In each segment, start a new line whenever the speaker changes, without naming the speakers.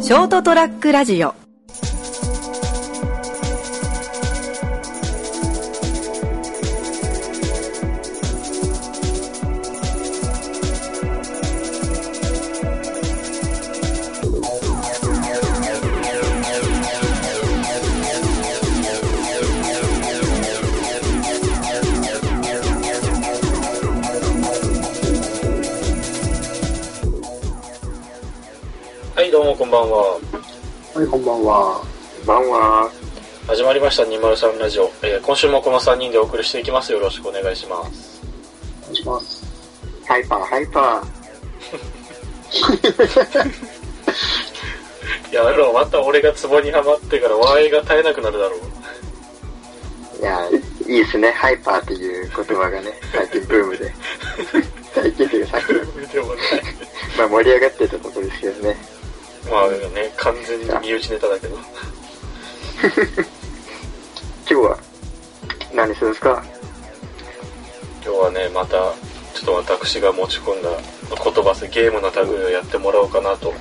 ショートトラックラジオ
はい、どうもこんばんは。
はい、こんばんは。
こんばんは。
始まりました203ラジオ、えー今週もこの3人でお送りしていきます。よろしくお願いします。
お願いします。
ハイパー、ハイパ
やめろ、また俺がツボにはまってから笑いが絶えなくなるだろう。
ー。いや、いいですね。ハイパーっていう言葉がね、最近ブームで。最近っていうか、さっ きの、
でもね、
まあ盛り上がってたところですけどね。
まあね、完全に身内ネタだけど。
今日は、何するんですか
今日はね、また、ちょっと私が持ち込んだ言葉数、ゲームの類をやってもらおうかなと。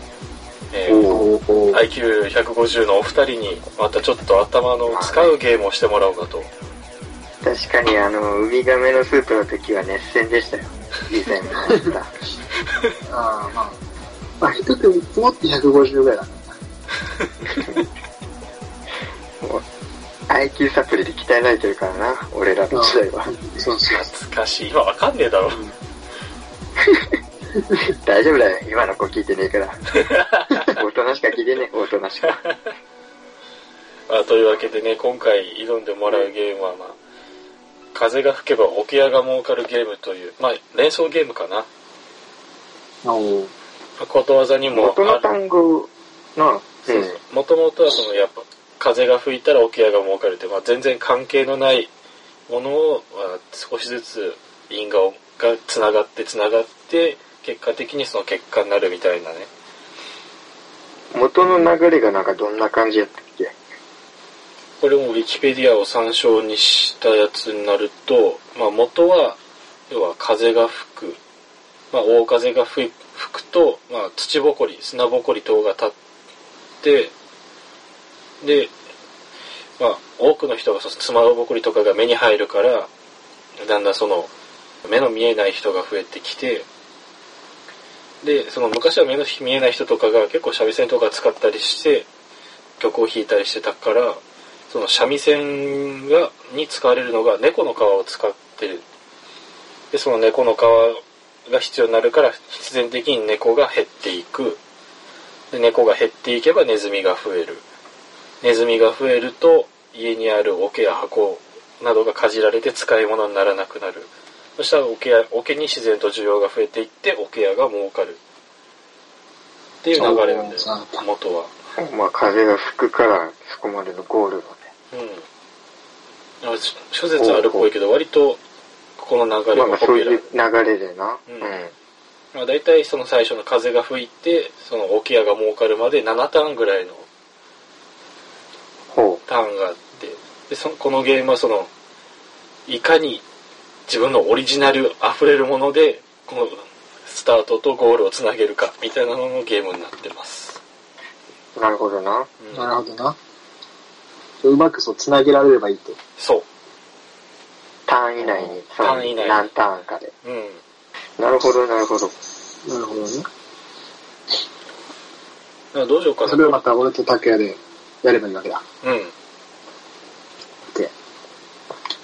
えー
おお
IQ150 のお二人に、またちょっと頭の使うゲームをしてもらおうかと。
確かにあの、ウミガメのスープの時は熱戦でしたよ。以前も言っ た。
ああ、まあ。まあ、一手を積もって150ぐらいだね。
もう、IQ サプリで鍛えられてるからな、俺らの時代は。
そうそう。
懐かしい。今わかんねえだろ。
大丈夫だよ。今の子聞いてね えから。大人しか聞いてねえ、大人しか。
あというわけでね今回挑んでもらうゲームは、まあ「風が吹けば桶屋が儲かるゲーム」という、まあ、連想ゲームかな、ま
お
あことわざにも
元の
ある
単語の、
そうそう元々はそのやっぱ風が吹いたら桶屋が儲かるって、まあ、全然関係のないものを、まあ、少しずつ因果をがつながってつながって結果的にその結果になるみたいなね
元の流れがなんかどんな感じやったっけ
これもウィキペディアを参照にしたやつになると、まあ、元は要は風が吹く、まあ、大風が吹い吹くと、まあ、土ぼこり砂ぼこり等が立ってで、まあ、多くの人がその砂ぼこりとかが目に入るからだんだんその目の見えない人が増えてきてでその昔は目の見えない人とかが結構三味線とか使ったりして曲を弾いたりしてたからその三味線がに使われるのが猫の皮を使ってるでその猫の皮が必要になるから必然的に猫が減っていくで猫が減っていけばネズミが増えるネズミが増えると家にある桶や箱などがかじられて使い物にならなくなるそしたら桶や桶に自然と需要が増えていって桶屋が儲かるっていう流れなんだよ
そうなんだ
元は。
まあ風が吹くからそこまでのゴールのね。
うん。あし諸説あるっぽいけど、割と、ここの流
まあ
れ
ま
が
あそう
ポピ
い
ュラ
う
ー。
流れでな。
う
うんん。
まあ、大体その最初の風が吹いて、その桶屋が儲かるまで7ターンぐらいの
ほ
ターンがあって、で、そのこのゲームはその、いかに自分のオリジナル溢れるもので、このスタートとゴールをつなげるか、みたいなののゲームになってます。
う。なるほどな。
うん
なるほどな。うまくそう、つなげられればいいと。
そ
単位内に、そ
単位内
の
に
何ターンかで。
う。うん。
なるほど、なるほど。
なるほどね。
だからどうしようかな。
それをまた俺と拓也でやればいいわけだ。
うん。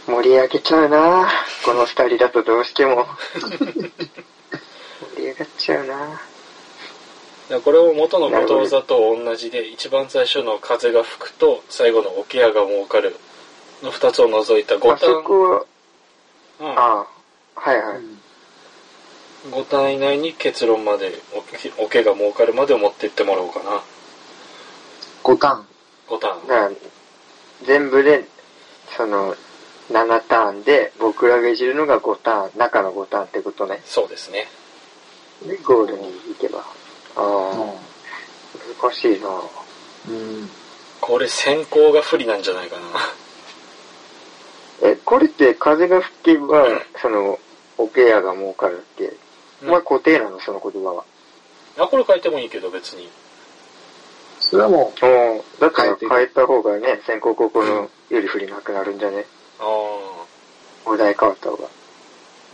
盛り上げちゃうなこの二人だとどうして も。盛り上がっちゃうな
だからこれも元のことわざと同じで一番最初の風が吹くと最後の桶屋が儲かるの2つを除いた
ま
5
あ
単
そこは、
うん
ああ、はいはい。
五単以内に結論まで桶桶が儲かるまでを持っていってもらおうかな
五単。
5単
だから全部で、その、7ターンで、僕らがいじるのが5ターン、中の5ターンってことね。
そうですね
で、ゴールに行けば。ああ、難しいな
うん。
これ先行が不利なんじゃない かな
え、これって風が吹けば、その、オケアが儲かるって、
うん
まあ固定なの、その言葉は。
あこれ変えてもいいけど別に
それはも
もう、だったら
変えていく
変えた方がね、先行後攻のより振りなくなるんじゃね
ああ。
お題変わった方が。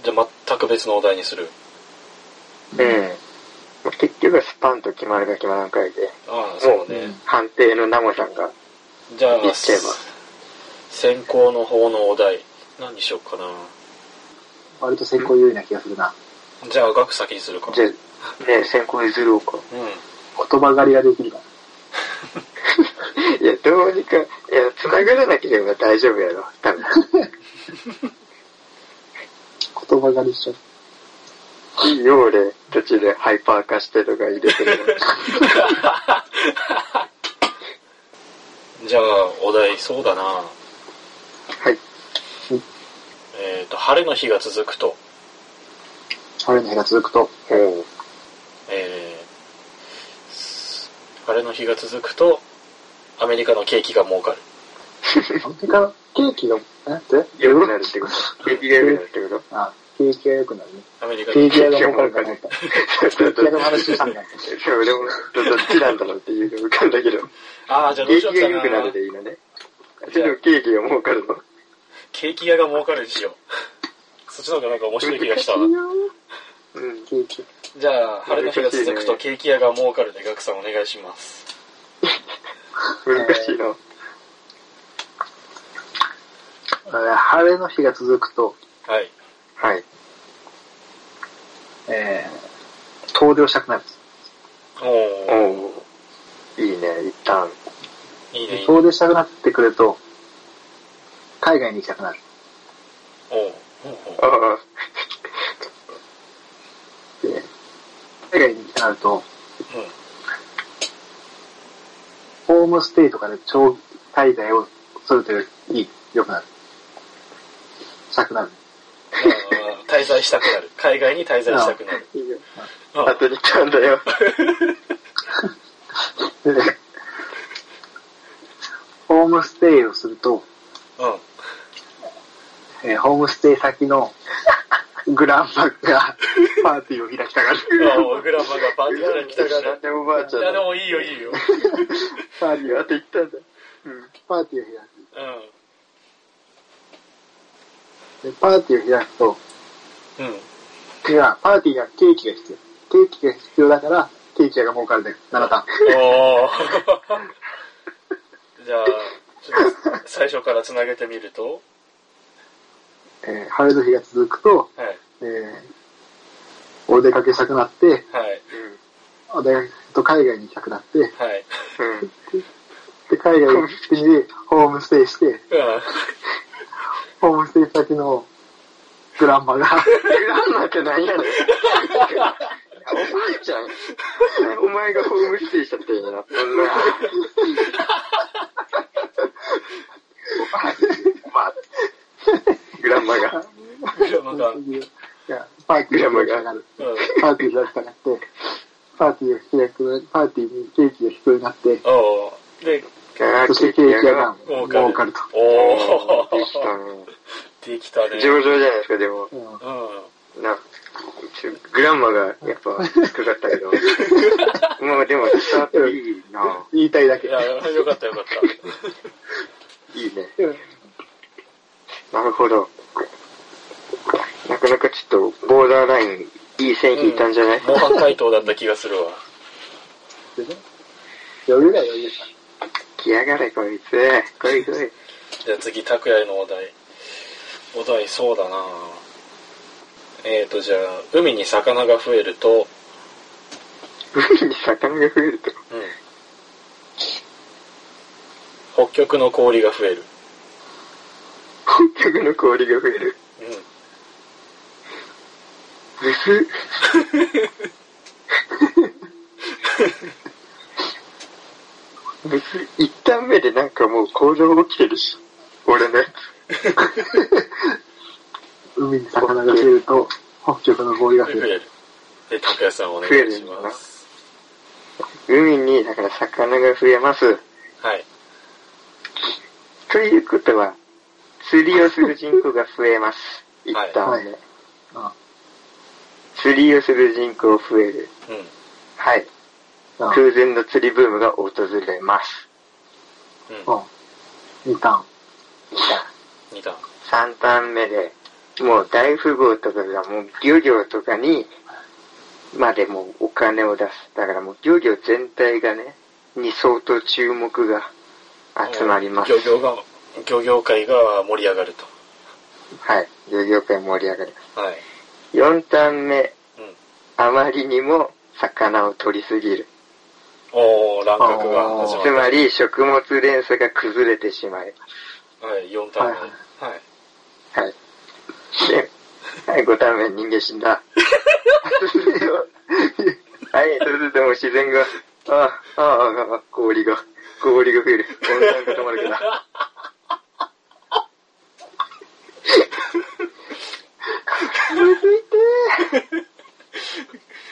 じゃあ全く別のお題にする。
う、
うん。まあ結局はスパンと決まるか決まらんくらいで、
ああ、そうね。
判定のナモさんが、
じゃあ
言っちゃえば、
先行の方のお題。何にしようかな。
割と先行優位な気がするな。
じゃあ、額先にするか。
じゃあ、ね、先行譲ろう
う
か。
ん。
言葉狩りができるから。
いや、どうにか、いや、繋がらなければ大丈夫やろ、多 分。
言葉狩りしちゃう。
いいよ、俺、途中でハイパー化してとか入れてる
じゃあ、お題、そうだな。
はい。
えっ、と、晴れの日が続くと、
晴れの日が続くと、
おう
えーす晴れの日が続くと、アメリカの景気が儲かる。
アメリカのケーキが、なんて
良くなるってこと。景気が良くなるって こ
あ、景気が良くなるね。
アメリカ
景
の
気が良くなるかと思った。
と。ちょっ
景
と
気屋の話したんだ。
そう、俺も、どっちなんだろうっていうの浮かんだけど、
ああ、じゃあどう
景
しよ
気が良
う
く
か
な
な
る。でいいのね。それでも景気が儲かるの。
景気屋が儲かるにしよう。そっちの方がなんか面白い気がしたわ。
うん。
景気。
じゃあ、晴れの日が続くと
難し
ケーキ屋が儲かるで、ガクさんお願いします。
難しいな。
えー晴れの日が続くと、
はい。
はい。
えー、遠出をしたくなる。
おー、
おういいね、一旦。
いいね、いいね。
遠出したくなってくると、海外に行きたくなる。
おー、おー
ああ、
で、海外に行きたくなると、ホームステイとかで長期滞在をするという、いい、良くなる。したくなる。
うん。あー滞在したくなる。海外に滞在したくなる。
いいよ。
うん
あと2ターンだよ。
でホームステイをすると、
うん。
えーホームステイ先のグランマがパーティーを開きたがる。
ああ、グラマがバンドに来たか
なんでおばあちゃ
ら。い
ん
や、で
だ
もいいよ、いいよ。
パーテ
いい
ィー
よ
を、
あと1ターンだよ。うん。
パーティーを開
う
く。で、パーティーを開くと、
ん。うん。
いや、パーティーが、ケーキが必要。ケーキが必要だから、ケーキ屋が儲かるで、7タ
おー。じゃあ、ちょっと最初から繋げてみると、
ーン。えー晴れの日が続くと、
はい。
えーお出かけしたくなって、
はい。
お出かけと海外に行きたくなって、
はい。
うん。うん。
で、海外の国でホームステイして、
う
ホームステイ先のグランマが、
グランマって何やねん。おばあちゃん。お前がホームステイしちゃってるんやな。おばあグランマが。
ん。グラマが。うん。
いやパーティーがなる。パーティーがしたくなって、パーティーが開く、パーティーにケーキが必要になって、
おー。で、
そしてケーキ屋が
儲かる。
儲かると。
お
できた
ー。できたね。
上々じゃないですか、でも。
うん
うん。
な、ちょグランマがやっぱ低かったけど。まあでも、伝わっていいな。
言いたいだ
い
け。
や、よかったよかった。
いいね。
うん
なるほど。なかなかちょっと、ボーダーライン、いい線引いたんじゃない、
模範解答だった気がするわ。
でね余裕だよ、余裕だ。
来やがれ、こいつ。こいこい。
じゃあ次、拓也へのお題。お題、そうだなえーと、じゃあ、海に魚が増えると、
海に魚が増えると。
うん。北極の氷が増える。
北極の氷が増える。
う
ぐす。ぐす、一旦目でなんかもう行動起きてるし。俺ね。
海に魚が増えると、北極の氷が増え
ん。増え
る。
る。で、拓也さんお願いし
増えるんだ
ま
な
す。
海に、だから魚が増えます。
はい。
ということは、釣りをする人口が増えます。一旦目。
はいはいうん
釣りをする人口増える。
うん。
はい。
うん
空前の釣りブームが訪れます。
うん。
うん。2ターン。
二段。
3ターン目で、もう大富豪とかがもう漁業とかに、までもうお金を出す。だからもう漁業全体がね、に相当注目が集まります。
漁業が、漁業界が盛り上がると。
はい。漁業界盛り上がりま
はい。
す。4ターン目、
うん。
あまりにも魚を取りすぎる。
おー、乱獲が始ま
つ
る。
まり食物連鎖が崩れてしまいま
はい、4ターン目。
はい
はい。
す。はい。で、はい、5ターン目、人間死んだ。 はい、そうするともう自然が、ああ、ああ、ああ氷が、氷が増える。温暖化止まるから。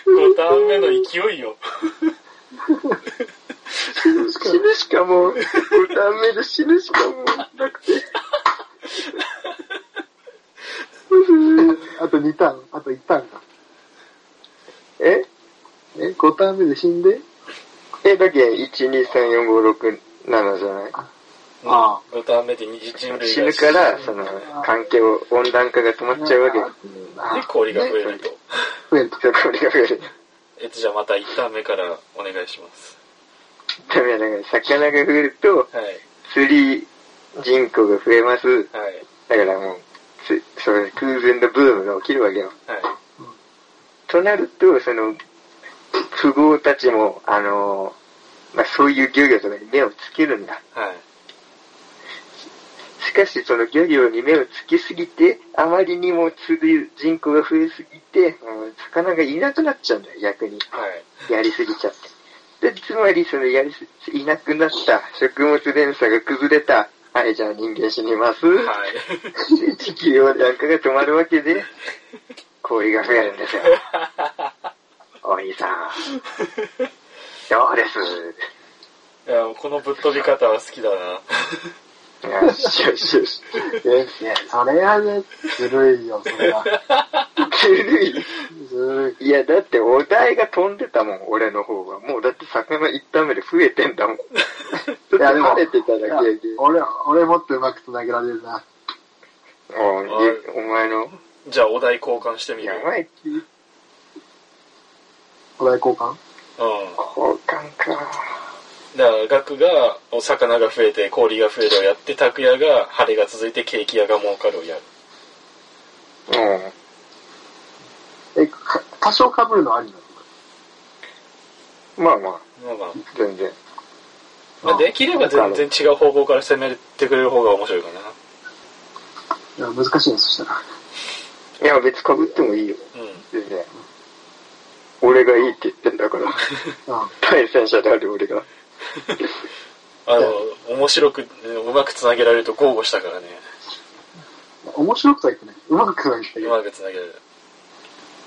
5ターン目の勢いよ。
死ぬしかもう、5ターン目で死ぬしかもうなくて。
あと2ターン。あと1ターンか。
え
え、5ターン目で死んで
え、だけ1、2、3、4、5、6、7じゃない
ああ
5ターン目で二次人類が
死ぬから、その、環境、温暖化が止まっちゃうわけよ。
あ
で、氷が増えると。
増えると。
そう氷が増える。
えっと、じゃあまた1ターン目からお願いします。
ダメだから、魚が増えると、
はい。
釣り人口が増えます。
はい。
だからもう、つそれ空前のブームが起きるわけよ。
はい。
となると、その、富豪たちも、あのーまあ、そういう漁業とかに目をつけるんだ。
はい。
しかし、その漁業に目をつけすぎて、あまりにも釣る人口が増えすぎて、もう魚がいなくなっちゃうんだよ、逆に。
はい。
やりすぎちゃって。で、つまり、その、やりす、いなくなった、食物連鎖が崩れた、はい、じゃあ人間死にます。
はい。
で地球温暖化が止まるわけで、氷が増えるんですよ。お兄さん。 どうです
いや、このぶっ飛び方は好きだな。
よしよしよし。
え、いや、それはね、ずるいよ、それは。
ずるい。
ずるい。
いや、だってお題が飛んでたもん、俺の方が。もうだって魚一旦目で増えてんだもん。 ちょっと
いやでも
晴れてただ
い
け
や
やけ
俺、俺もっとうまく繋げられるな。
おいお前の、
じゃあお題交換してみよ
や
う。
ばい、
お題交換
うん。
交換か。
だから、ガクが、お魚が増えて、氷が増えるをやって、拓也が、晴れが続いて、ケーキ屋が儲かるをやる。
うん。
え、か多少被るのありなの
まあまあ、
まあまあ
全然。
まあ、できれば全然違う方向から攻めてくれる方が面白いかな。
いや、難しいね、そしたら。
いや、別に被ってもいいよ。
うん。
全然。俺がいいって言ってんだから。
うん。
対戦者である俺が。
あの、面白く、うまくつなげられると豪語したからね。
面白くとは言ってない。うまくは言って
う
な
ま
い。
くつなげられる。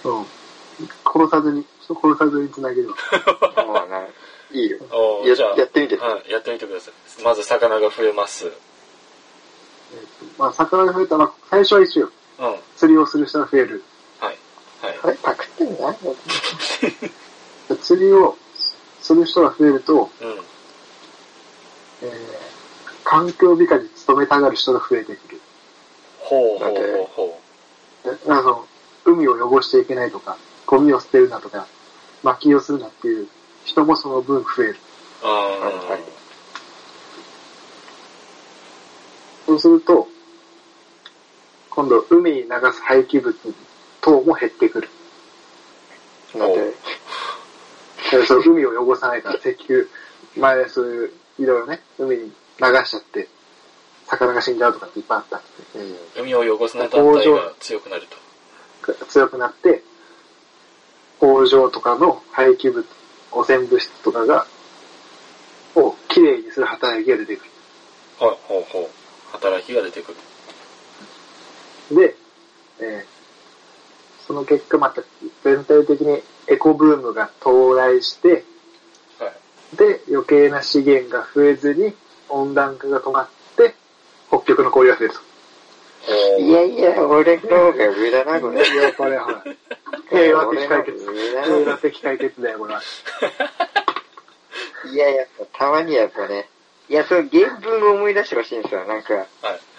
うん。殺さずに、殺さずに繋げるわ。
まあな、いいよ。
おー
や
じゃあ
やってみて
はい、やってみてください。まず、魚が増えます。うん。
えっと、まあ、魚が増えたら、最初は一緒よ。
はい。
釣りをする人が増える。
はい。
あれパクって んだ
釣りをする人が増えると、
うん。
えー、環境美化に努めたがる人が増えてくる。
ほうほうほうほ
であの、海を汚していけないとか、ゴミを捨てるなとか、薪をするなっていう人もその分増える。
う。あ
そうすると、今度海に流す廃棄物等も減ってくる。
なんで、
でその海を汚さないから石油、前そういう、いろいろね、海に流しちゃって、魚が死んじゃうとかっていっぱいあったんで
うん。
ー海を汚すな団体が強くなると。
強くなって、工場とかの廃棄物、汚染物質とかが、をきれいにする働きが出てく
はい、ほうほう。働きが出てくる。
る。で、えーその結果また全体的にエコブームが到来して、
はい。
で、余計な資源が増えずに温暖化が止まって、北極の氷が増えると。
ほ
いやいや、俺の方が上だな、こ れ。
いや、これはほら、平和的解
俺
決。
の方が上だ
平
な
和的解決だよ、これは。
いや、やっぱたまにやっぱね、いや、その原文を思い出してほしいんですよ。なんか、
はい。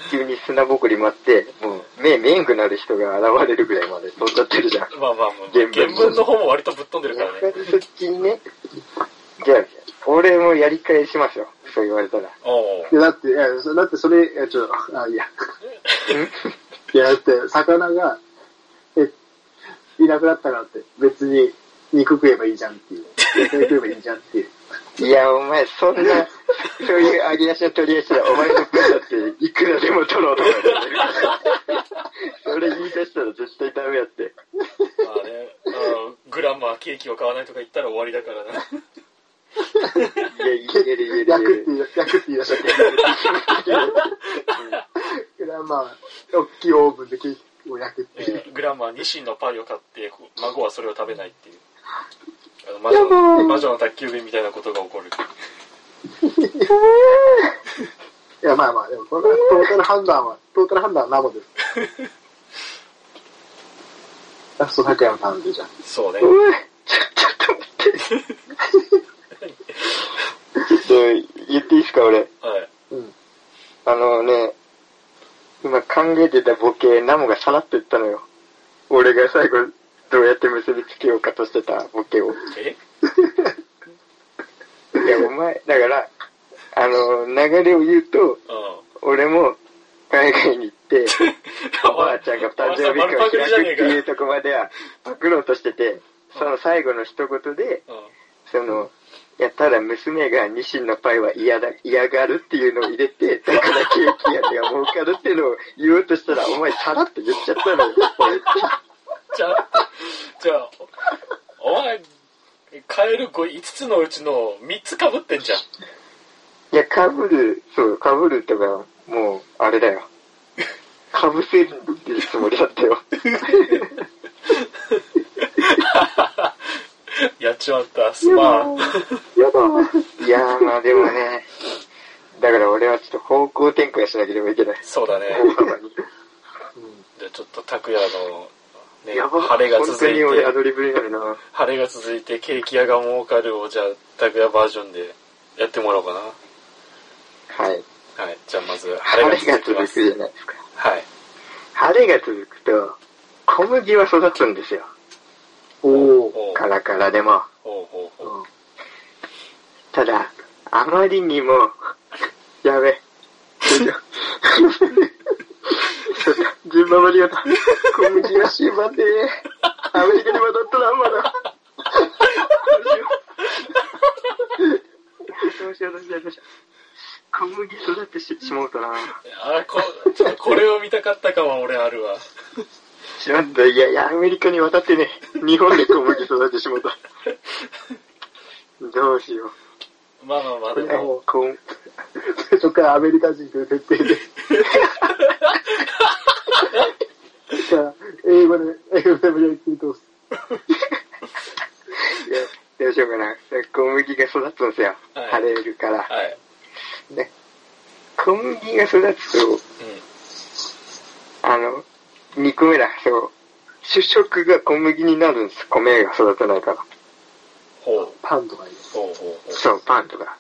急に砂ぼこり舞って、もう目見えんくなる人が現れるぐらいまで飛んじゃってるじゃん。
まあまあ、もう
原文
原文の方も割とぶっ飛んでるから
やっ
ね。
ぱりそっちにね、じゃあ、俺もやり返しますよ。そう言われたら。
おう
いや、だって、いや、そだってそれ、いや、ちょっと、あ、いや。いや、だって、魚が、え、いなくなったからって、別に肉食えばいいじゃんっていう。野菜食えばいいじゃんっていう。
いや、お前、そんな、そういう揚げ足の取り足だ。お前の分だって、いくらでも取ろうと思ってる。 それ言い出したら絶対ダメやって。
まあね、あのグランマーケーキを買わないとか言ったら終わりだからな。
いや、言える言える言え
焼くっ
る。
て言い出、焼くって言い出したけ ど。だからまあ、大きいオーブンでケーキを焼くっていう。
えーグランマーニシンのパイを買って、こう孫はそれを食べないっていう。あの魔
やば
女の
ー
魔女の宅急便みたいなことが起こる。
いや、まあまあ、でも、これはトータル判断は、トータル判断はナボです。 ラスト拓也のターンでじゃん。
そうね。
うわちょ、ちょっと待って。ちょっと、言っていいですか、俺。
はい。
うん。
あのね、今考えてたボケ、ナモがさらって言ったのよ。俺が最後、どうやって結びつけようかとしてたボケを。
え
いや、お前、だから、あの、流れを言うと、
う
俺も海外に行って、
ん。
おばあちゃんが誕生日
お前さ丸
会
パ
を
クリ
開
じゃ
く
ね
っ
え
て
か
いうとこまでは、パクろうとしてて、その最後の一言で、その、いや、ただ娘がニシンのパイは嫌だ、嫌がるっていうのを入れて、だからケーキ屋が儲かるっていうのを言おうとしたら、お前さらっと言っちゃったのよ。
じゃあ、じゃあ、お前、カエル5つのうちの3つかぶってんじゃん。
いや、かぶる、そう、かぶるとか、もう、あれだよ。かぶせるっていうつもりだったよ。
やっちまった、すまん。
やだ
いやー、まあでもね、だから俺はちょっと方向転換しなければいけない。
そうだね。
大幅に。
じゃあちょっと拓也の、ね、
やば
晴れが続い
本当に俺ア
て、
ドリブになるな。
晴れが続いてケーキ屋が儲かるを、じゃあ拓也バージョンでやってもらおうかな。
は
は
い。
い。じゃあまず、晴
晴
れ
れ
が続
が
き
続
ま
く
す。
じゃないですか。
はい。
晴れが続くと、小麦は育つんですよ。
おおー。
ほう
カラカラでも。
ほうほうほう。
ただ、あまりにも、 やべ。順番割りだ。小麦は終盤で、アメリカに渡ったらまだ。どうしよう。どうしようどうしようどうしよう。小麦育てしてしまうとな。
あーこ、ちょっとこれを見たかったかも、俺あるわ。
しまった。いやいや、アメリカに渡ってね、日本で小麦育ててしまうた。どうしよう。
まあまあまあ、で
いや
も、
もうこん
うん。そっからアメリカ人という設定で。じゃあ、英語で、英語で無理やり切り通す。
いやどうしようかな。小麦が育つんですよ。
はい
晴れるから。
はい。
ね、小麦が育つと、
うん。
あの、2個目だ。そう。主食が小麦になるんです。米が育たないから。
ほう。
パンとかいい。
ほうほうほう。
そう、パンとか。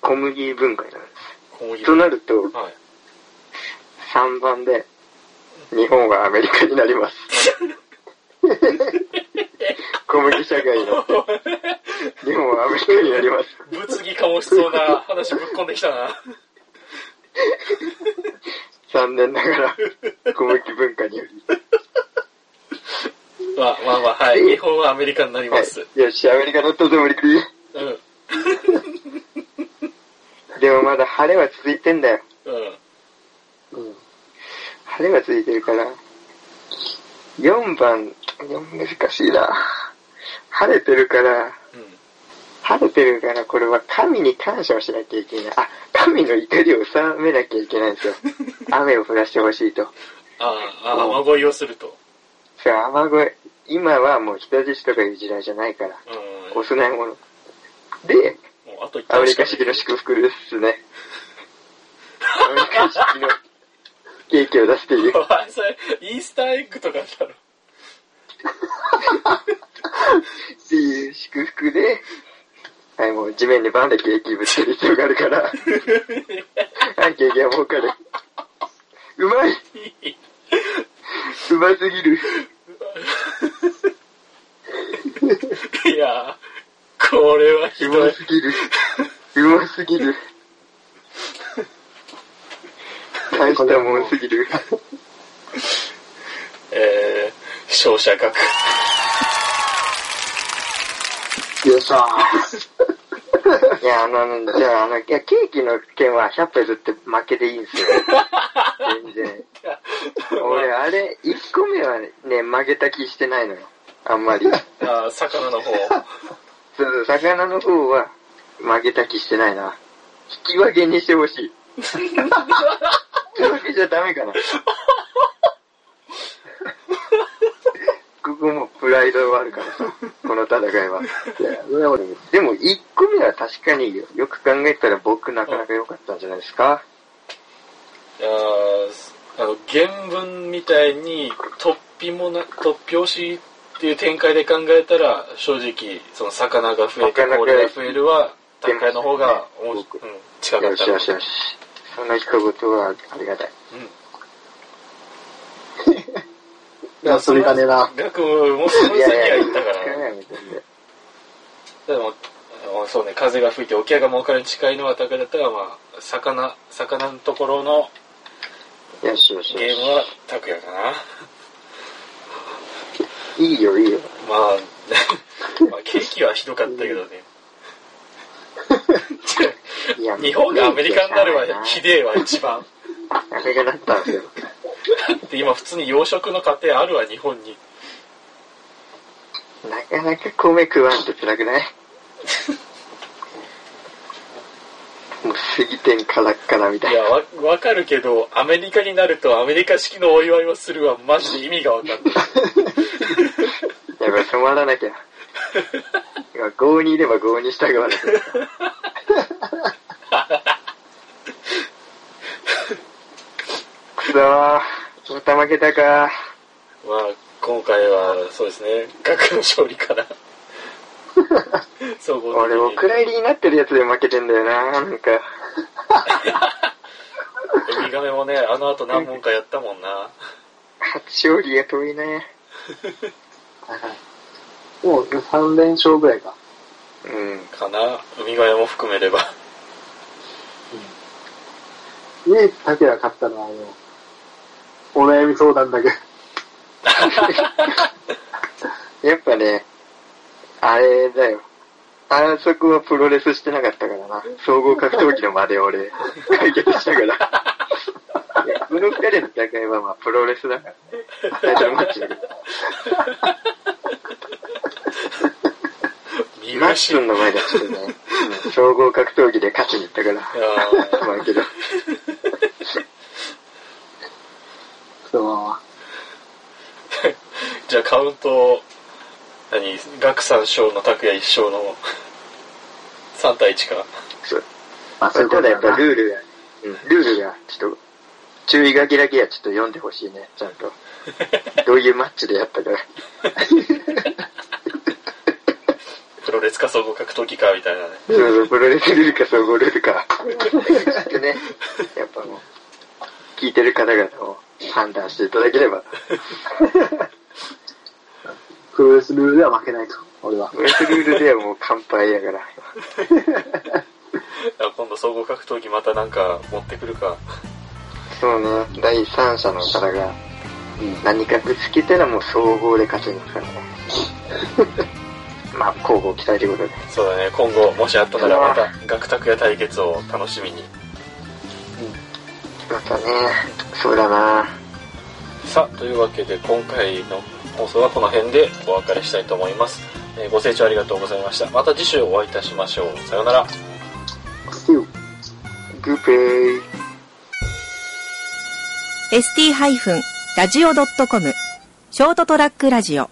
小麦分解なんで
小麦
す。となると、
はい。
3番で、日本はアメリカになります。小麦社会の日本はアメリカになります。
物議かもしそうな話ぶっこんできた な。
残念ながら、小麦文化により。
まあまあまあ、はい。日本はアメリカになり
は
ます。
い、よし、アメリカのとてもりくり。
うん。うん。
でもまだ晴れは続いてんだよ。
うん。
晴れが続いてるから、4番、4難しいな。晴れてるから、晴れてるから、これは神に感謝をしなきゃいけない。あ、神の怒りを収めなきゃいけないんですよ。雨を降らしてほしいと。
ああ、雨乞いをすると。
それ雨乞い。今はもう人質とかいう時代じゃないから、
うん。
お
もう
供え物。で、
あと一
アメ
回
リ
しか
カ
ない
式の祝福ですね。アメリカ式のケーキを出すっていう。
お前それ、イースターエッグとかだろ。
っていう祝福で、はい、もう地面にバンでケーキぶつける必要があるから。はい、ケーキは儲かる。うまいうますぎる。
いやー、これはひ
う
ど
ま
い。
すぎる。うますぎる。大したもんすぎる。
えー、勝者格。
よっしゃー。
いや、あの、じゃあ、あの、いや、ケーキの件は100歩譲って負けでいいんですよ。全然。俺、あれ、1個目はね、負けた気してないのよ。あんまり。
あー魚の方。
そうそう、魚の方は負けた気してないな。引き分けにしてほしい。引き分けじゃダメかな。ここもプライドがあるからさ、この戦いは。
いや、それは俺、
でも1個目は確かによよく考えたら僕なかなか良かったんじゃないですか。
いやーあの、原文みたいに突飛もな、突拍子っていう展開で考えたら、正直、その魚が増えて、
魚が
氷が増えるは、展開の方が、おもしうん、近か
よ
った
し
な
よしよし。その一言はありがたい。
いや、それがねえな。
うん。学問もその先には行ったか
い
ら。
やいや全然
でも、あのそうね、風が吹いて、沖合が儲かるに近いのは高だったら、まあ、魚、魚のところの
よしよしよ
ゲーム
し。
は拓也かな。
いいよいいよ。
まあ、 まあ、ケーキはひどかったけど ね。
いや
日本がアメリカになるわ、ひでえわ、一番。
アメリカだったんですよ。
で今、普通に養殖の家庭あるわ、日本に。
なかなか米食わんと辛くないもう杉天カラッカラみた
い
いな
や、。わ、わかるけど、アメリカになるとアメリカ式のお祝いをするは、マジで意味がわかんない。
やばい、染まらなきゃ。今、郷にいれば郷に従わなきゃ。くそー、また負けたか。
まあ、今回は、そうですね、学の勝利 から。総合的に
俺、お蔵入りになってるやつで負けてんだよな、なんか。
ウミガメもね、あの後何問かやったもんな。
初勝利が遠いね。
もう3連勝ぐらいか。
うん。
かな。ウミガメも含めれば。
唯一竹が勝ったのは、あの、お悩み相談だけ。
やっぱね、あれだよ。あそこはプロレスしてなかったからな。総合格闘技のまで 俺、解決したから。いやこの二人の戦いはまあプロレスだからね。タイトルマッチだけど。
見
マッシ
い
ュンの前だちょっとね、うん総合格闘技で勝ちに行ったから。
やー
まあけど。
そう。
じゃあカウント、何、学3勝の拓也1勝の3対1か。
そう
まあ、そういうこ
た
と
だや
だよ
っぱ
な。
ルールが、うんルールがちょっと、注意書きだけはちょっと読んでほしいね、ちゃん と。どういうマッチでやったから。
プロレスか総合格闘技か、みたいなね。
そうそう、プロレスルールか総合ルールか。でね、やっぱもう、聞いてる方々を判断していただければ、
プロレスルールでは負けないと、俺は
プ。ロレスルールではもう乾杯やから。
あ今度総合格闘技またなんか持ってくるか。
そうね、第三者の方が何かぶつけたらもう総合で勝ちます からね。まあ、交互期待ということで。
そうだね、今後もしあったならまた学拓也対決を楽しみに。
またね、そうだな。
さあというわけで今回の放送はこの辺でお別れしたいと思います、えーご清聴ありがとうございましたまた次週お会いいたしましょうさようなら
っていう
グーペー。
ST-radio.com ショートトラックラジオ